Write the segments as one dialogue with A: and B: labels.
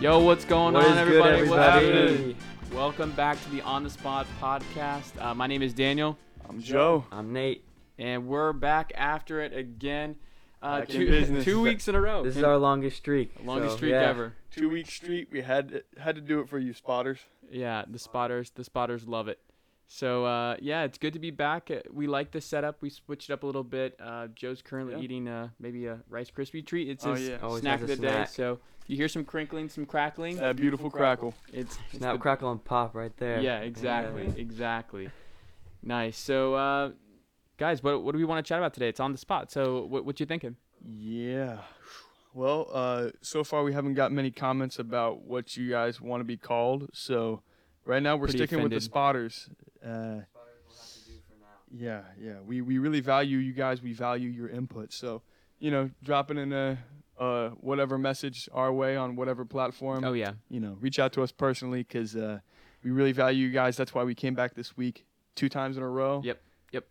A: Yo, what's going
B: What
A: on,
B: is good,
A: everybody? What's
B: everybody?
A: happening? Welcome back to the On the Spot podcast. Uh, my name is Daniel,
B: I'm Joe.
C: I'm Nate.
A: and we're back after it again. Uh,
B: Back in
A: two,
B: business.
A: two weeks in a row.
C: This is our longest streak.
A: longest
C: so,
A: streak
C: yeah.
A: ever.
B: Two week streak. We had had to do it for you spotters.
A: Yeah, the spotters, the spotters love it. So uh, yeah, it's good to be back. Uh, We like the setup. We switched it up a little bit. Uh, Joe's currently
B: Yeah.
A: eating uh, maybe a Rice Krispie treat. It's
B: Oh,
A: his
B: yeah.
C: Always
A: snack of
C: has
A: the
C: a
A: day.
C: snack.
A: So you hear some crinkling, some crackling.
B: That beautiful crackle.
A: It's, it's
C: Snap,
A: the-
C: crackle, and pop right there.
A: Yeah, exactly, exactly. Nice. So uh, guys, what what do we want to chat about today? It's on the spot. So what what you thinking?
B: Yeah. Well, uh, so far we haven't got many comments about what you guys want to be called. So right now we're
A: Pretty
B: sticking with
A: offended.
B: the spotters. Uh, yeah, yeah. We we really value you guys. We value your input. So you know, dropping in a uh, whatever message our way on whatever platform.
A: Oh yeah,
B: you know, reach out to us personally because uh, we really value you guys. That's why we came back this week two times in a row.
A: Yep, yep.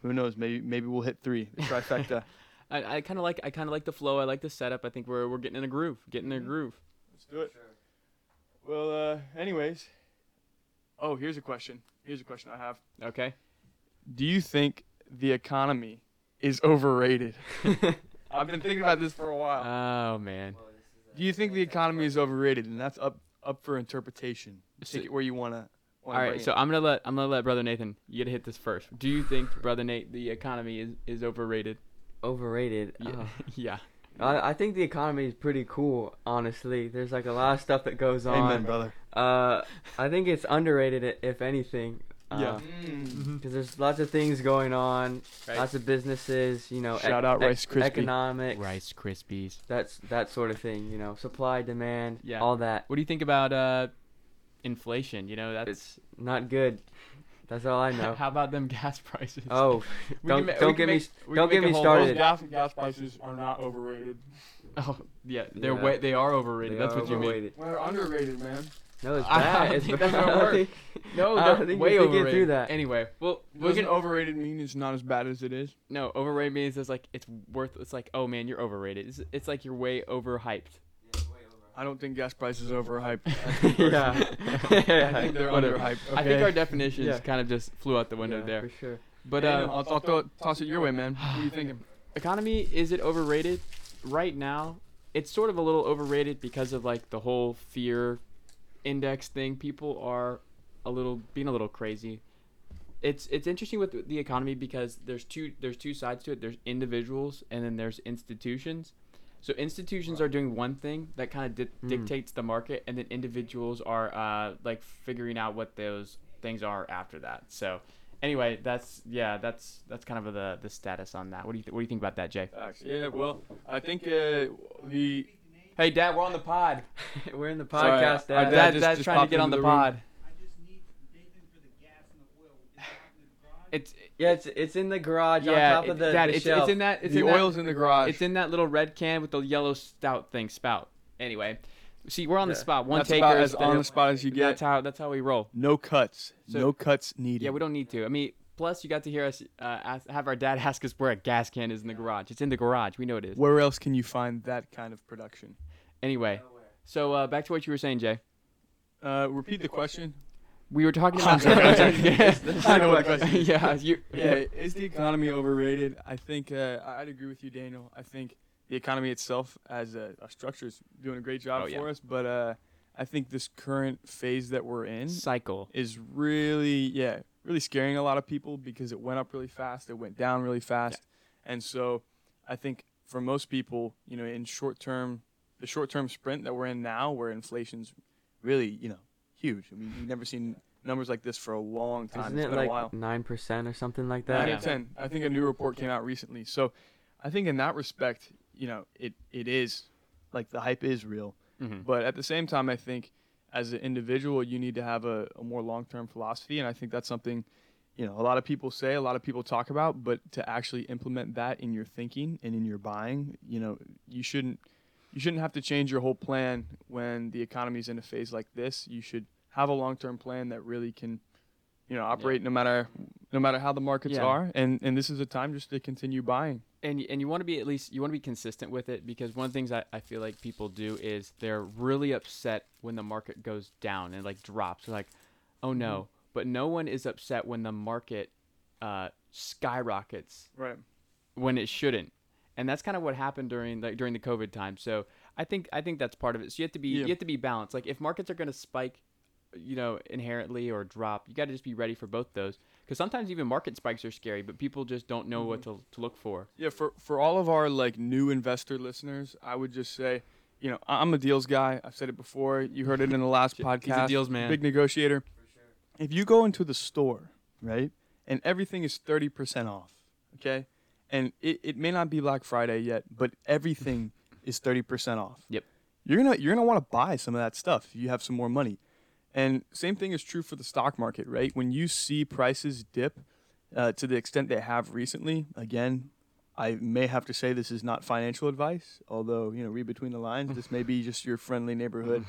B: Who knows? Maybe maybe we'll hit three. The trifecta.
A: I, I kind of like I kind of like the flow. I like the setup. I think we're we're getting in a groove. Getting in a groove.
B: Let's do it. Well, uh, anyways. Oh, here's a question. Here's a question I have.
A: Okay.
B: Do you think the economy is overrated? I've been thinking about this for a while.
A: Oh man.
B: do you think the economy is overrated? And that's up up for interpretation.
A: So-
B: Take it where you wanna.
A: All
B: wanna
A: right,
B: bring
A: so
B: it.
A: I'm gonna let I'm gonna let brother Nathan. You gotta hit this first. Do you think brother Nate the economy is, is overrated?
C: Overrated.
A: Yeah, yeah.
C: Oh. I, I think the economy is pretty cool, honestly. There's like a lot of stuff that goes on.
B: Amen, brother.
C: Uh, I think it's underrated, i- if anything.
B: Yeah. Mm.
A: Mm-hmm.
C: Because there's lots of things going on,
A: Right.
C: lots of businesses, you know, e
B: Shout out Rice Krispie.
C: economics,
A: Krispies.
C: that's that sort of thing, you know, supply, demand,
A: Yeah.
C: all that.
A: What do you think about uh, inflation? You know, that's
C: Not good. That's all I know.
A: how about them gas prices?
C: Oh,
A: We can
C: don't
A: ma- we
C: don't
A: can
C: get me
A: make-
C: s-
A: we can
C: don't
A: make
C: get
A: a
C: me
A: whole-
C: started.
B: gas and gas prices are not overrated.
A: oh yeah, they're
C: Yeah.
A: way they are
C: They
A: overrated. that's
C: are
A: what you mean.
C: overrated.
B: We're underrated, man.
C: No, it's
A: I don't
C: bad. It's
A: think
C: bad.
A: that's gonna
C: I
A: work.
C: think-
A: No,
C: I
A: they're
C: don't think we
A: way
C: could get through
A: overrated.
C: that.
A: Anyway, well, we're
B: Doesn't
A: gonna
B: overrated mean it's not as bad as it is?
A: no overrated means it's like it's worth. It's like oh man, you're overrated. It's, it's like you're way overhyped.
B: I don't think gas prices are overhyped.
C: Yeah.
B: I think they're
A: Whatever.
B: underhyped.
A: I think our
B: okay?
A: definitions
C: Yeah.
A: kind of just flew out the window
C: Yeah,
A: there.
C: for sure.
A: But
B: Hey,
A: uh,
B: no, I'll, I'll throw- toss it your way, man. What are you thinking?
A: economy is it overrated right now it's sort of a little overrated because of like the whole fear index thing people are a little being a little crazy it's it's interesting with the economy because there's two there's two sides to it there's individuals and then there's institutions so institutions are doing one thing that kind of di-
C: Mm.
A: dictates the market and then individuals are uh, like figuring out what those things are after that so anyway that's yeah that's that's kind of the the status on that what do you th- what do you think about that jay
B: Yeah, well, I think uh, the
A: hey dad we're on the pod Uh,
C: We're in the
B: Sorry,
C: podcast.
B: I- I
C: Dad.
B: did-
A: dad,
B: just-
A: dad's
B: just
A: trying to
B: popped
A: get on the,
B: into the room.
A: pod
D: I just need Nathan for the gas and the oil. Is that in the garage?
A: it's
C: yeah, it's it's in the garage
A: yeah
C: on top of
A: it-
C: the,
A: dad
C: the
A: it's,
C: shelf.
A: it's in that it's
B: the
A: in that-
B: oil's in the garage.
A: It's in that little red can with the yellow stout thing spout. Anyway, see, we're on the
C: Yeah.
A: spot. One
B: That's
A: taker.
B: about
A: is
B: as on the spot as you
A: That's
B: get.
A: how that's how we roll.
B: No cuts.
A: So-
B: no cuts needed.
A: Yeah, we don't need to. I mean, plus you got to hear us uh, ask, have our dad ask us where a gas can is in the garage. It's in the garage. We know it is.
B: Where else can you find that kind of production?
A: Anyway, so uh, back to what you were saying, Jay.
B: Uh, repeat the question.
A: We were talking
B: I'm
A: about.
B: sorry.
A: I'm sorry. Yeah.
B: I know what the question is.
A: yeah, you.
B: Yeah, is the economy overrated? I think uh, I- I'd agree with you, Daniel. I think the economy itself, as a, a structure, is doing a great job
A: Oh, yeah.
B: for us. But uh, I think this current phase that we're in
A: Cycle.
B: is really, yeah, really scaring a lot of people because it went up really fast, it went down really fast, and so I think for most people, you know, in short term, the short term sprint that we're in now, where inflation's really, you know, huge. I mean, we've never seen numbers like this for a long time.
C: Isn't
B: It's
C: it
B: been a while.
C: like nine percent or something like
B: Nine
C: that?
A: Yeah.
B: to ten. I think a new report came out recently. So, I think in that respect, you know, it it is like the hype is real.
A: Mhm.
B: But at the same time, I think as an individual, you need to have a, a more long term philosophy, and I think that's something you know a lot of people say, a lot of people talk about, but to actually implement that in your thinking and in your buying, you know, you shouldn't you shouldn't have to change your whole plan when the economy's in a phase like this. You should have a long term plan that really can, you know, operate no matter no matter how the markets
A: Yeah.
B: are. And and this is a time just to continue buying.
A: and y- and you want to be at least you want to be consistent with it because one of the things I, I feel like people do is they're really upset when the market goes down and like drops They're like oh no but no one is upset when the market uh, skyrockets
B: Right.
A: when it shouldn't and that's kind of what happened during like during the covid time so i think i think that's part of it so you have to be
B: Yeah.
A: you have to be balanced like if markets are going to spike you know inherently or drop you got to just be ready for both those because sometimes even market spikes are scary but people just don't know what
B: Mm-hmm.
A: to, to look for
B: Yeah, for for all of our like new investor listeners, I would just say, you know, I- I'm a deals guy. I've said it before. You heard it in the last
A: He's a
B: podcast.
A: deals man.
B: Big negotiator. If you go into the store, right, and everything is 30% off, okay? And it, it may not be Black Friday yet, but everything is 30% off.
A: Yep.
B: You're gonna you're gonna want to buy some of that stuff if you have some more money. And same thing is true for the stock market, right? When you see prices dip uh, to the extent they have recently, again, I may have to say this is not financial advice, although, you know, read between the lines, this may be just your friendly neighborhood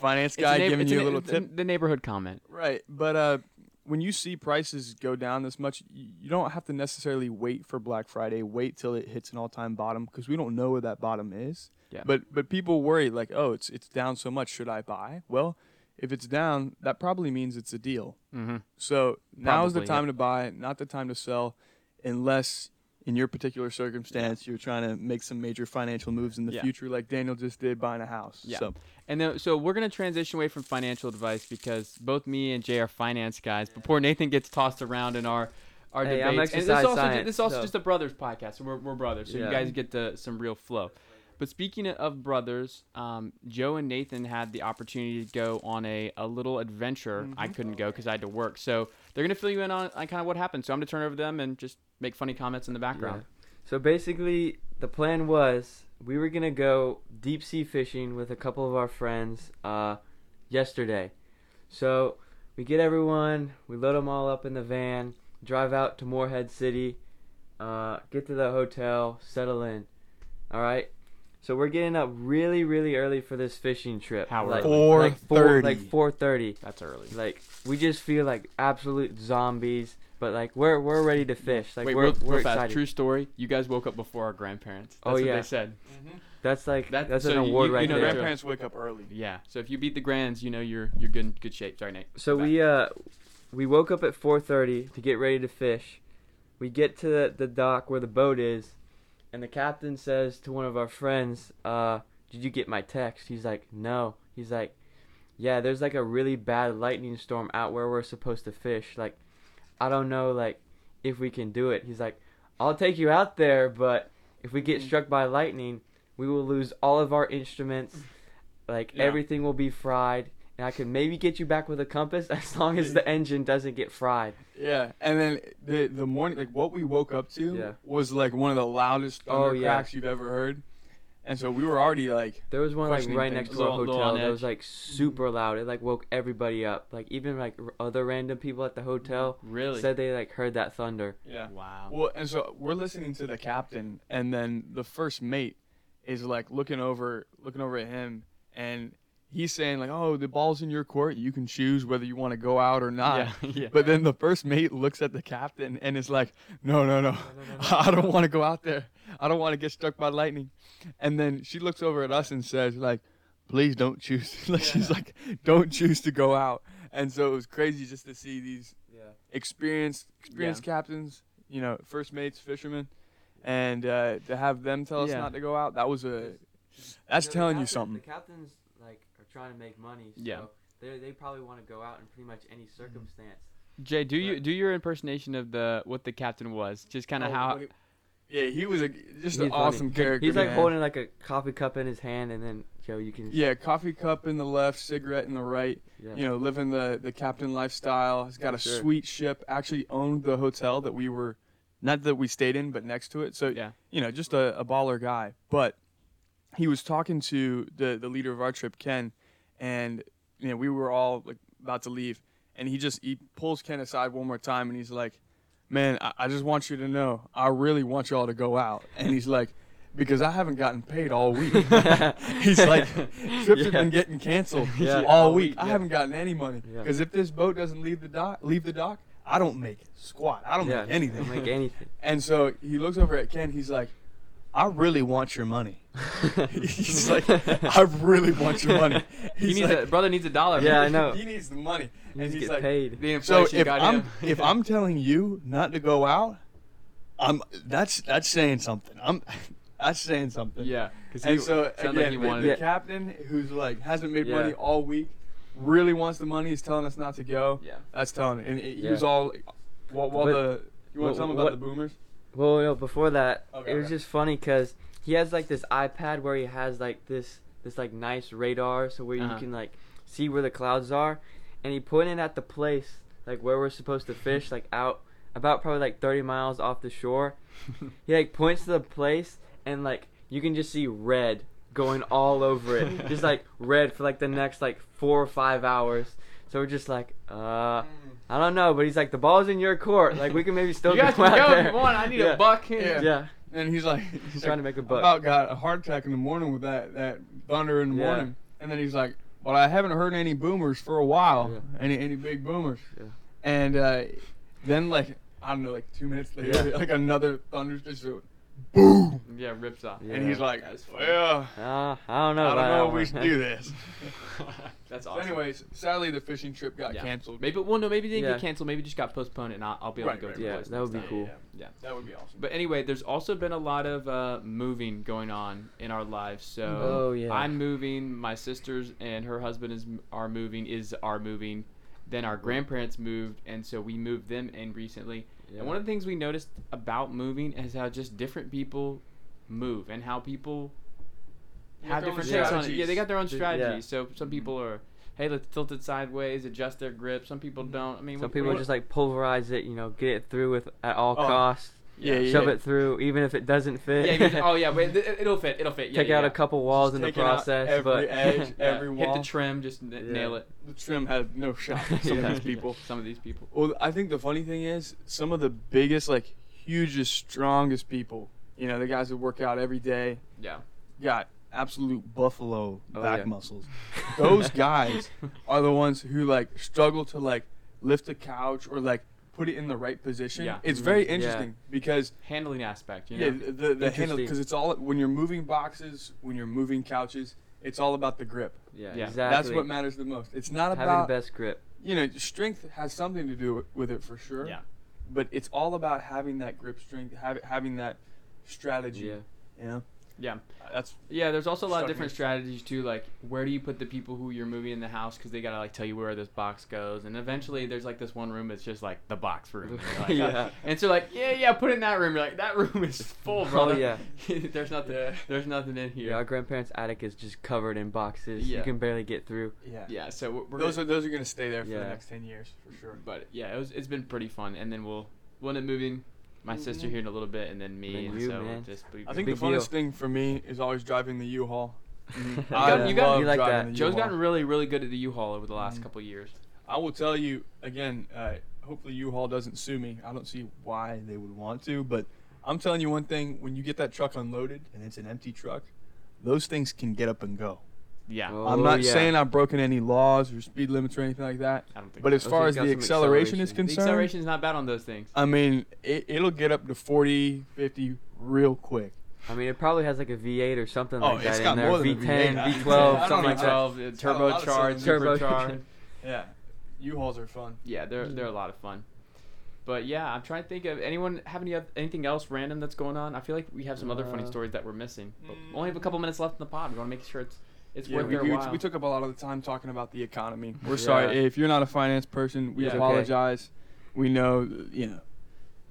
B: finance
A: It's a
B: guy
A: neigh-
B: giving
A: it's
B: you a
A: an-
B: little
A: it's
B: tip.
A: The neighborhood comment.
B: Right, but uh, when you see prices go down this much, y- you don't have to necessarily wait for Black Friday. Wait till it hits an all-time bottom because we don't know where that bottom is.
A: Yeah.
B: But but people worry like, oh, it's it's down so much. Should I buy? Well, if it's down, that probably means it's a deal.
A: Mm-hmm.
B: So now is the
A: Probably,
B: time to buy, not the time to sell, unless in your particular circumstance you're trying to make some major financial moves in the
A: Yeah.
B: future, like Daniel just did buying a house.
A: Yeah.
B: So
A: And then, so we're gonna transition away from financial advice because both me and Jay are finance guys. But poor Nathan gets tossed around in our our
C: Hey, I'm
A: debates. and this is
C: exercise
A: also, ju-
C: science,
A: this is also
C: so-
A: just a brothers podcast. So we're, we're brothers, so you
C: Yeah.
A: guys get the, some real flow. But speaking of brothers, um, Joe and Nathan had the opportunity to go on a, a little adventure.
C: Mm-hmm.
A: I couldn't go because I had to work. So they're gonna fill you in on, on kind of what happened. So I'm gonna turn it over to them and just make funny comments in the background.
C: So basically, the plan was we were gonna go deep sea fishing with a couple of our friends uh, yesterday. So we get everyone, we load them all up in the van, drive out to Moorhead City, uh, get to the hotel, settle in. All right. So we're getting up really, really early for this fishing trip.
A: How
C: like,
A: early?
C: Like four,
B: 4:30.
C: like four thirty.
A: That's early.
C: Like we just feel like absolute zombies, but like we're we're ready to fish. Like
A: Wait,
C: we're
A: real, real
C: we're
A: fast.
C: excited.
A: True story. You guys woke up before our grandparents. That's
C: Oh,
A: what they
C: yeah.
A: said.
C: That's like
A: That-
C: that's
A: so
C: an
A: you-
C: award
A: you
C: right
A: know
C: there.
A: grandparents-
B: wake up early.
A: Yeah. So if you beat the grands, you know you're you're good in good shape. Sorry, Nate.
C: So
A: Back.
C: we uh we woke up at 4:30 to get ready to fish. We get to the, the dock where the boat is, and the captain says to one of our friends, uh, "Did you get my text?" He's like, "No." He's like, "Yeah, there's like a really bad lightning storm out where we're supposed to fish. Like, I don't know like if we can do it." He's like, "I'll take you out there, but if we get struck by lightning, we will lose all of our instruments. Like
B: Yeah.
C: everything will be fried." and I could maybe get you back with a compass as long as the engine doesn't get fried.
B: Yeah, and then the the morning, like what we woke up to
C: Yeah.
B: was like one of the loudest thunder
C: Oh, yeah.
B: cracks you've ever heard, and so we were already like,
C: There was one like
B: Questioning
C: right
B: things.
C: next to our
A: Little- little
C: hotel
A: on
C: that was
A: edge.
C: like super loud. It like woke everybody up. Like even like r- other random people at the hotel
A: Mm. really.
C: uh, said they like heard that thunder.
B: yeah.
A: wow.
B: Well, and so we're listening to the captain, and then the first mate is like looking over, looking over at him, and he's saying like, "Oh, the ball's in your court. You can choose whether you want to go out or not."
C: Ah.
A: yeah. yeah.
B: But then the first mate looks at the captain and is like, "No, no, no, I don't want to go out there. I don't want to get struck by lightning." And then she looks over at us and says, "Like, please don't choose." like she's like, "Don't choose to go out." And so it was crazy just to see these
C: Yeah.
B: experienced, experienced captains, you know, first mates, fishermen, and uh, to have them tell us
A: Yeah.
B: not to go out. That was a. That's telling you something.
C: The captains like are trying to make money. So
A: Yeah.
C: They they probably want to go out in pretty much any circumstance.
A: Jay, do you do your impersonation of the what the captain was? Just kind
B: Oh,
A: of how.
B: Yeah, he was a just
C: He's funny.
B: an awesome character.
C: He's like
B: man.
C: holding like a coffee cup in his hand, and then Joe, you can.
B: Yeah, coffee cup in the left, cigarette in the right.
C: Yeah.
B: You know, living the the captain lifestyle. He's got a
C: Sure.
B: sweet ship. Actually owned the hotel that we were, not that we stayed in, but next to it. So
A: Yeah.
B: you know, just a, a baller guy. But he was talking to the the leader of our trip, Ken, and you know we were all like about to leave, and he just he pulls Ken aside one more time, and he's like, "Man, I, I just want you to know, I really want y'all to go out." And he's like. Because I haven't gotten paid all week. He's like, trips have
C: Yeah.
B: been getting canceled
C: Yeah.
B: all week. I
C: Yeah.
B: haven't gotten any money
C: Yeah.
B: because if this boat doesn't leave the dock, leave the dock, I don't make squat. I don't
C: yeah,
B: make anything.
C: Don't make anything.
B: And so he looks over at Ken. He's like, I really want your money. He's like, I really want your money.
A: He
B: He's
A: needs
B: like,
A: a, brother needs a dollar.
C: Yeah, I
A: man.
C: know.
B: He needs the money.
C: You
B: and
C: just
B: he's
C: get
B: like,
C: paid.
A: The
B: so
A: inflation
B: if
A: got
B: I'm
A: him.
B: if I'm telling you not to go out, I'm that's that's saying something. I'm that's saying something.
A: yeah, because he
B: And so
A: sounded
B: again,
A: like he
B: the-
A: wanted
B: the
A: it.
B: captain who's like hasn't made
C: Yeah.
B: money all week, really wants the money. Is telling us not to go.
A: Yeah.
B: That's telling. It. And he
C: Yeah.
B: was all, while, while
C: But-
B: the you
C: what-
B: want to tell him about
C: what-
B: the boomers?
C: Well, no, before that,
A: Oh,
B: Okay,
C: it was
B: okay.
C: just funny because he has like this iPad where he has like this this like nice radar, so where
A: Uh-huh.
C: you can like see where the clouds are, and he pointed at the place like where we're supposed to fish, like out about probably like 30 miles off the shore. he like points to the place, and like you can just see red going all over it, just like red for like the next like four or five hours. So we're just like,
A: Mm.
C: uh, I don't know, but he's like, the ball's in your court. Like we can maybe still
A: you guys
C: go
A: can
C: out
A: go
C: there.
A: if you want. I need
C: yeah.
A: a buck. Here.
B: Yeah.
C: Yeah.
B: And he's like,
C: He's trying to make a buck.
B: About got a heart attack in the morning with that that thunder in the
C: Yeah.
B: morning, and then he's like, "Well, I haven't heard any boomers for a while,
C: Yeah.
B: any any big boomers."
C: Yeah.
B: And uh, then like I don't know, like two minutes later,
C: Yeah.
B: like another thunder's just a boom,
A: Yeah, rips off.
C: Yeah.
B: and he's like,
A: That's funny.
B: "Well,
C: Uh, I don't know.
B: I don't
C: about
B: know
C: that
B: if we
C: one.
B: should do this."
A: That's
B: So
A: awesome.
B: anyways, sadly the fishing trip got
A: Yeah.
B: canceled.
A: Maybe well, no, maybe they didn't
C: Yeah.
A: get canceled. Maybe it just got postponed, and I'll, I'll be able
B: Right,
A: to go
B: right,
A: to the
C: yeah,
A: place
C: that
A: next
C: would be
A: time.
C: cool.
A: Yeah.
B: That would be awesome.
A: But anyway, there's also been a lot of uh, moving going on in our lives. So
C: Oh, yeah.
A: I'm moving. My sisters and her husband is are moving. Is are moving. Then our grandparents moved, and so we moved them in recently.
C: Yeah.
A: And one of the things we noticed about moving is how just different people move and how people
B: With
A: have
B: their own
A: different takes on it.
B: strategies.
A: Yeah, they got their own
C: Th-
A: strategies. So some people
C: Mm-hmm.
A: are, hey, let's tilt it sideways, adjust their grip. Some people don't. I mean,
C: Some
A: wh-
C: people
A: what-
C: just like pulverize it, you know, get it through with at all
B: Oh,
C: costs,
B: yeah, yeah,
C: shove
B: yeah.
C: it through, even if it doesn't fit.
A: Yeah, you just- oh yeah, wait, it- it'll fit. It'll fit. Yeah,
C: Take
A: yeah,
C: out
A: yeah.
C: a couple walls in the
B: taking out
C: process,
B: every
C: but
B: edge,
A: Yeah,
B: every
A: Hit
B: wall.
A: the trim, just n- nail it.
B: The trim had no shot.
C: Yeah.
B: Some of these people.
A: Some of these people.
B: Well, I think the funny thing is some of the biggest, like hugest, strongest people. You know, the guys that work out every day
A: Yeah.
B: got absolute buffalo
C: Oh,
B: back
C: yeah.
B: muscles. Those guys are the ones who like struggle to like lift a couch or like put it in the right position.
A: Yeah.
B: It's very
C: Mhm. Yeah.
B: interesting because
A: Handling aspect. You know?
B: yeah, the the handle
C: Interesting.
B: because it's all when you're moving boxes, when you're moving couches, it's all about the grip.
C: yeah,
A: Yeah.
C: exactly.
B: That's what matters the most. It's not
C: Having
B: about
C: the best grip.
B: you know, strength has something to do with it for sure.
A: Yeah.
B: But it's all about having that grip strength, have, having that strategy.
C: Yeah.
B: You know?
A: Yeah.
B: That's
A: Yeah, there's also a lot of
B: Stuck in
A: different
B: it.
A: strategies too. Like, where do you put the people who you're moving in the house? Because they gotta like tell you where this box goes, and eventually there's like this one room that's just like the box room. And you're like,
C: Yeah. Oh,
A: And so like, yeah, yeah, put it in that room. You're like, that room is full, brother.
C: yeah.
A: there's nothing. There's nothing in
C: Yeah, our
A: here.
C: grandparents' attic is just covered in boxes.
A: Yeah.
C: You can barely get through.
B: yeah.
A: Yeah. so we're, we're
B: Those
A: gonna-
B: are those are gonna stay there for the
C: Yeah.
B: next ten years for sure.
A: But yeah, it was. It's been pretty fun. And then we'll we'll end up moving my sister here in a little bit, and then me.
C: Mm-hmm. Then
A: And
C: you,
A: so
C: man.
A: just we,
B: I think
C: Big
B: the funnest
C: deal.
B: thing for me is always driving the U-Haul.
A: Mhm.
C: Yeah.
B: Mm-hmm. I
A: You got- you
B: love
A: got-
C: You like
B: driving
C: that.
B: the
A: Joe's
B: U-Haul.
A: gotten really, really good at the U-Haul over the last
B: Mhm.
A: couple years.
B: I will tell you again. Uh, hopefully, U-Haul doesn't sue me. I don't see why they would want to, but I'm telling you one thing: when you get that truck unloaded and it's an empty truck, those things can get up and go.
A: Yeah,
C: Oh,
B: I'm not
C: yeah.
B: saying I've broken any laws or speed limits or anything like that.
A: I don't think.
B: But
A: so.
B: as far as
C: Those
B: the
C: things
B: acceleration,
C: got some
B: is
A: the
B: concerned,
A: acceleration's not bad on those things.
B: I mean, it, it'll get up to 40, 50 real quick.
C: I mean, it probably has like a V8 or something
B: Oh,
C: like
B: it's
C: that
B: got
C: in there.
B: more than a V8.
C: V10,
B: I
C: V12,
B: don't
C: something
B: know.
C: like
A: Turbocharged,
C: that.
B: It's got a lot of
A: turbocharged,
C: cylinders.
A: supercharged.
B: Yeah. U-Hauls are fun.
A: yeah, they're they're a lot of fun. But yeah, I'm trying to think of anyone have any oth- anything else random that's going on. I feel like we have some other funny
C: Uh,
A: stories that we're missing. But we
B: Mm.
A: only have a couple minutes left in the pod. We want to make sure it's it's
B: Yeah,
A: worth
B: we,
A: their
B: we,
A: while.
B: we took up a lot of the time talking about the economy. We're
C: Yeah.
B: sorry if you're not a finance person. We
A: It's okay.
B: apologize. We know, you know.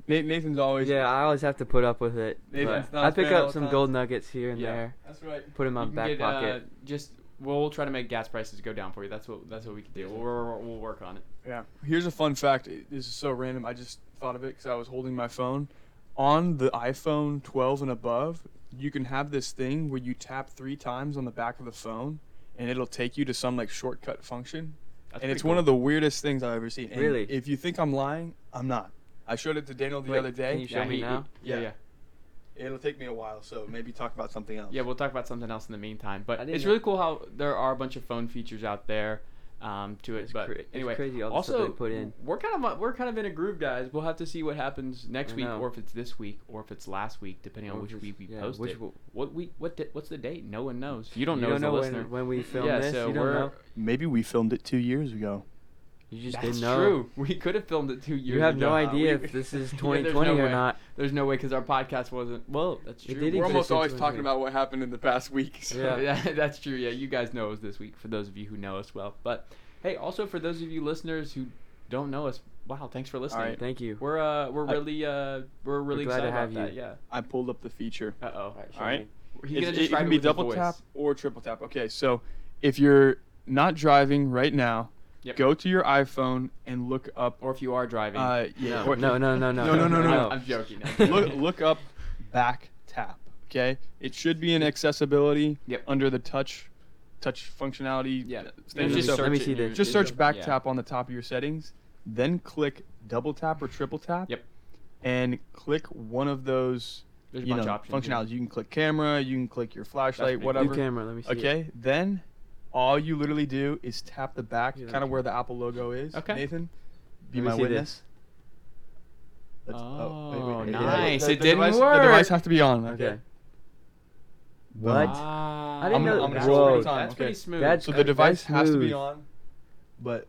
B: Na- Nathan's always.
C: Yeah, I always have to put up with it.
B: Maybe
C: but
B: it's not
C: I
B: as
C: pick
B: bad all
C: up
B: the
C: some
B: time.
C: gold nuggets here and
A: Yeah.
C: there,
B: That's right.
C: put them in my
A: You can
C: back
A: get,
C: pocket.
A: uh, just we'll try to make gas prices go down for you. That's what that's what we can do. We'll, we'll, we'll work on it.
B: Yeah. Here's a fun fact. It- This is so random. I just thought of it because I was holding my phone. On the iPhone 12 and above, you can have this thing where you tap three times on the back of the phone, and it'll take you to some like shortcut function.
A: That's
B: and
A: pretty
B: it's one
A: cool.
B: of the weirdest things I've ever seen. And
C: Really?
B: If you think I'm lying, I'm not. I showed it to Daniel the
C: Wait,
B: other day.
C: can you show me
A: he-
C: now?
A: he- yeah,
B: Yeah.
A: yeah,
B: It'll take me a while, so maybe talk about something else.
A: yeah. We'll talk about something else in the meantime.
C: I
A: But
C: didn't
A: it's
C: know-
A: really cool how there are a bunch of phone features out there um, to it.
C: It's
A: but
C: cra- it's
A: anyway,
C: crazy all the stuff
A: also
C: they put in.
A: we're kind of we're kind of in a groove, guys. We'll have to see what happens next
C: I
A: week,
C: know.
A: or if it's this week, or if it's last week, depending on
C: Or
A: which
C: just-
A: week we
C: yeah,
A: post
C: which
A: it.
C: w-
A: What week? What di- what's the date? No one knows. You don't know as a
C: when,
A: listener.
C: when we film
A: yeah,
C: this.
A: so
C: you don't
A: we're
C: know.
B: Maybe we filmed it two years ago.
C: You just
A: that's
C: didn't know.
A: true. We could have filmed it two years.
C: You have
A: ago.
C: no
A: Uh,
C: idea
A: we-
C: if this is
A: Yeah, there's
C: 2020
A: no
C: or
A: way.
C: not.
A: There's no way because our podcast wasn't. Well, that's
C: It
A: true.
C: did
B: We're almost
C: existed
B: always
C: when
B: talking
C: we-
B: about what happened in the past weeks.
C: Yeah.
A: yeah, that's true. Yeah, you guys know it was this week for those of you who know us well. But hey, also for those of you listeners who don't know us, wow, thanks for listening.
B: right.
C: Thank you.
A: We're uh we're
B: I-
A: really uh we're really
C: glad to
A: excited
C: have
A: about that.
C: you.
A: Yeah.
B: I pulled up the feature.
A: Uh oh.
B: All right.
A: He's
B: It's-
A: gonna
B: it, it
A: describe
B: can
A: it
B: be
A: with his
B: double
A: voice.
B: tap or triple tap. Okay, so if you're not driving right now,
A: Yep.
B: go to your iPhone and look up.
A: Or if you are driving.
B: Uh, yeah, or-
C: No, no, no, no,
B: No, no, no, no,
A: I'm,
B: no.
A: I'm joking. I'm joking.
B: look, look up back tap. Okay, it should be in accessibility
A: Yep.
B: under the touch, touch functionality.
A: Yeah.
B: uh,
A: Let me
B: station.
A: just
B: So
A: search
C: Let me
A: it
C: see
A: in your-
C: this.
B: just
A: in your-
B: search back
A: yeah.
B: tap on the top of your settings, then click double tap or triple tap.
A: Yep.
B: And click one of those
A: There's a
B: you
A: bunch
B: know,
A: of options. here.
B: functionalities. You can click camera, you can click your flashlight,
A: pretty cool.
C: New
B: whatever.
C: camera. Let me see. it.
B: Okay, then all you literally do is tap the back,
C: Yeah,
B: kind of where the Apple logo is.
A: Okay.
B: Nathan, be
C: Let me
B: my
C: see
B: witness. Let's-
A: Oh,
C: wait, wait.
A: nice!
B: The-
A: It
B: the
A: didn't
B: device,
A: work.
B: The device has to be on. Okay.
C: Okay.
B: Boom.
C: What?
A: Wow.
C: I didn't
B: know-
A: that's
B: Whoa.
A: pretty,
B: Time,
A: Ah. that's pretty
B: okay.
A: smooth.
C: That's-
B: So
C: Uh,
B: the device has to
C: smooth.
B: be on, but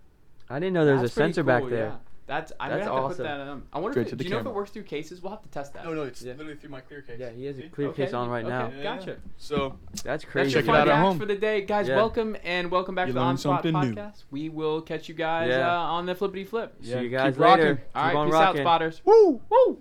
C: I didn't know there was a
A: That's pretty
C: sensor
A: cool,
C: back there.
A: yeah. That's I'm
C: That's
A: gonna have to
C: awesome.
A: put that. Um, I wonder
B: Straight
A: if
B: to
A: it,
B: the
A: do you know if it
B: camera.
A: works through cases? We'll have to test that.
B: no, no, it's
C: Yeah.
B: literally through my clear case.
C: Yeah, he has a
B: See?
C: clear case on right
A: okay,
C: now.
B: Yeah,
A: Gotcha.
B: So
C: That's
A: That's
C: crazy.
A: your
B: Check it
A: fun
B: out at
A: fact
B: home.
A: for the day, guys.
C: Yeah.
A: Welcome and welcome back to
B: You
A: the
B: learned
A: On Spot
B: something new.
A: Podcast. We will catch you guys
C: Yeah.
A: uh, on the flippity flip.
C: See you
B: Yeah,
C: guys
B: keep rocking.
C: later.
A: All
C: Keep
A: right,
C: on
A: peace out,
C: rocking.
A: spotters.
B: woo.
A: Woo!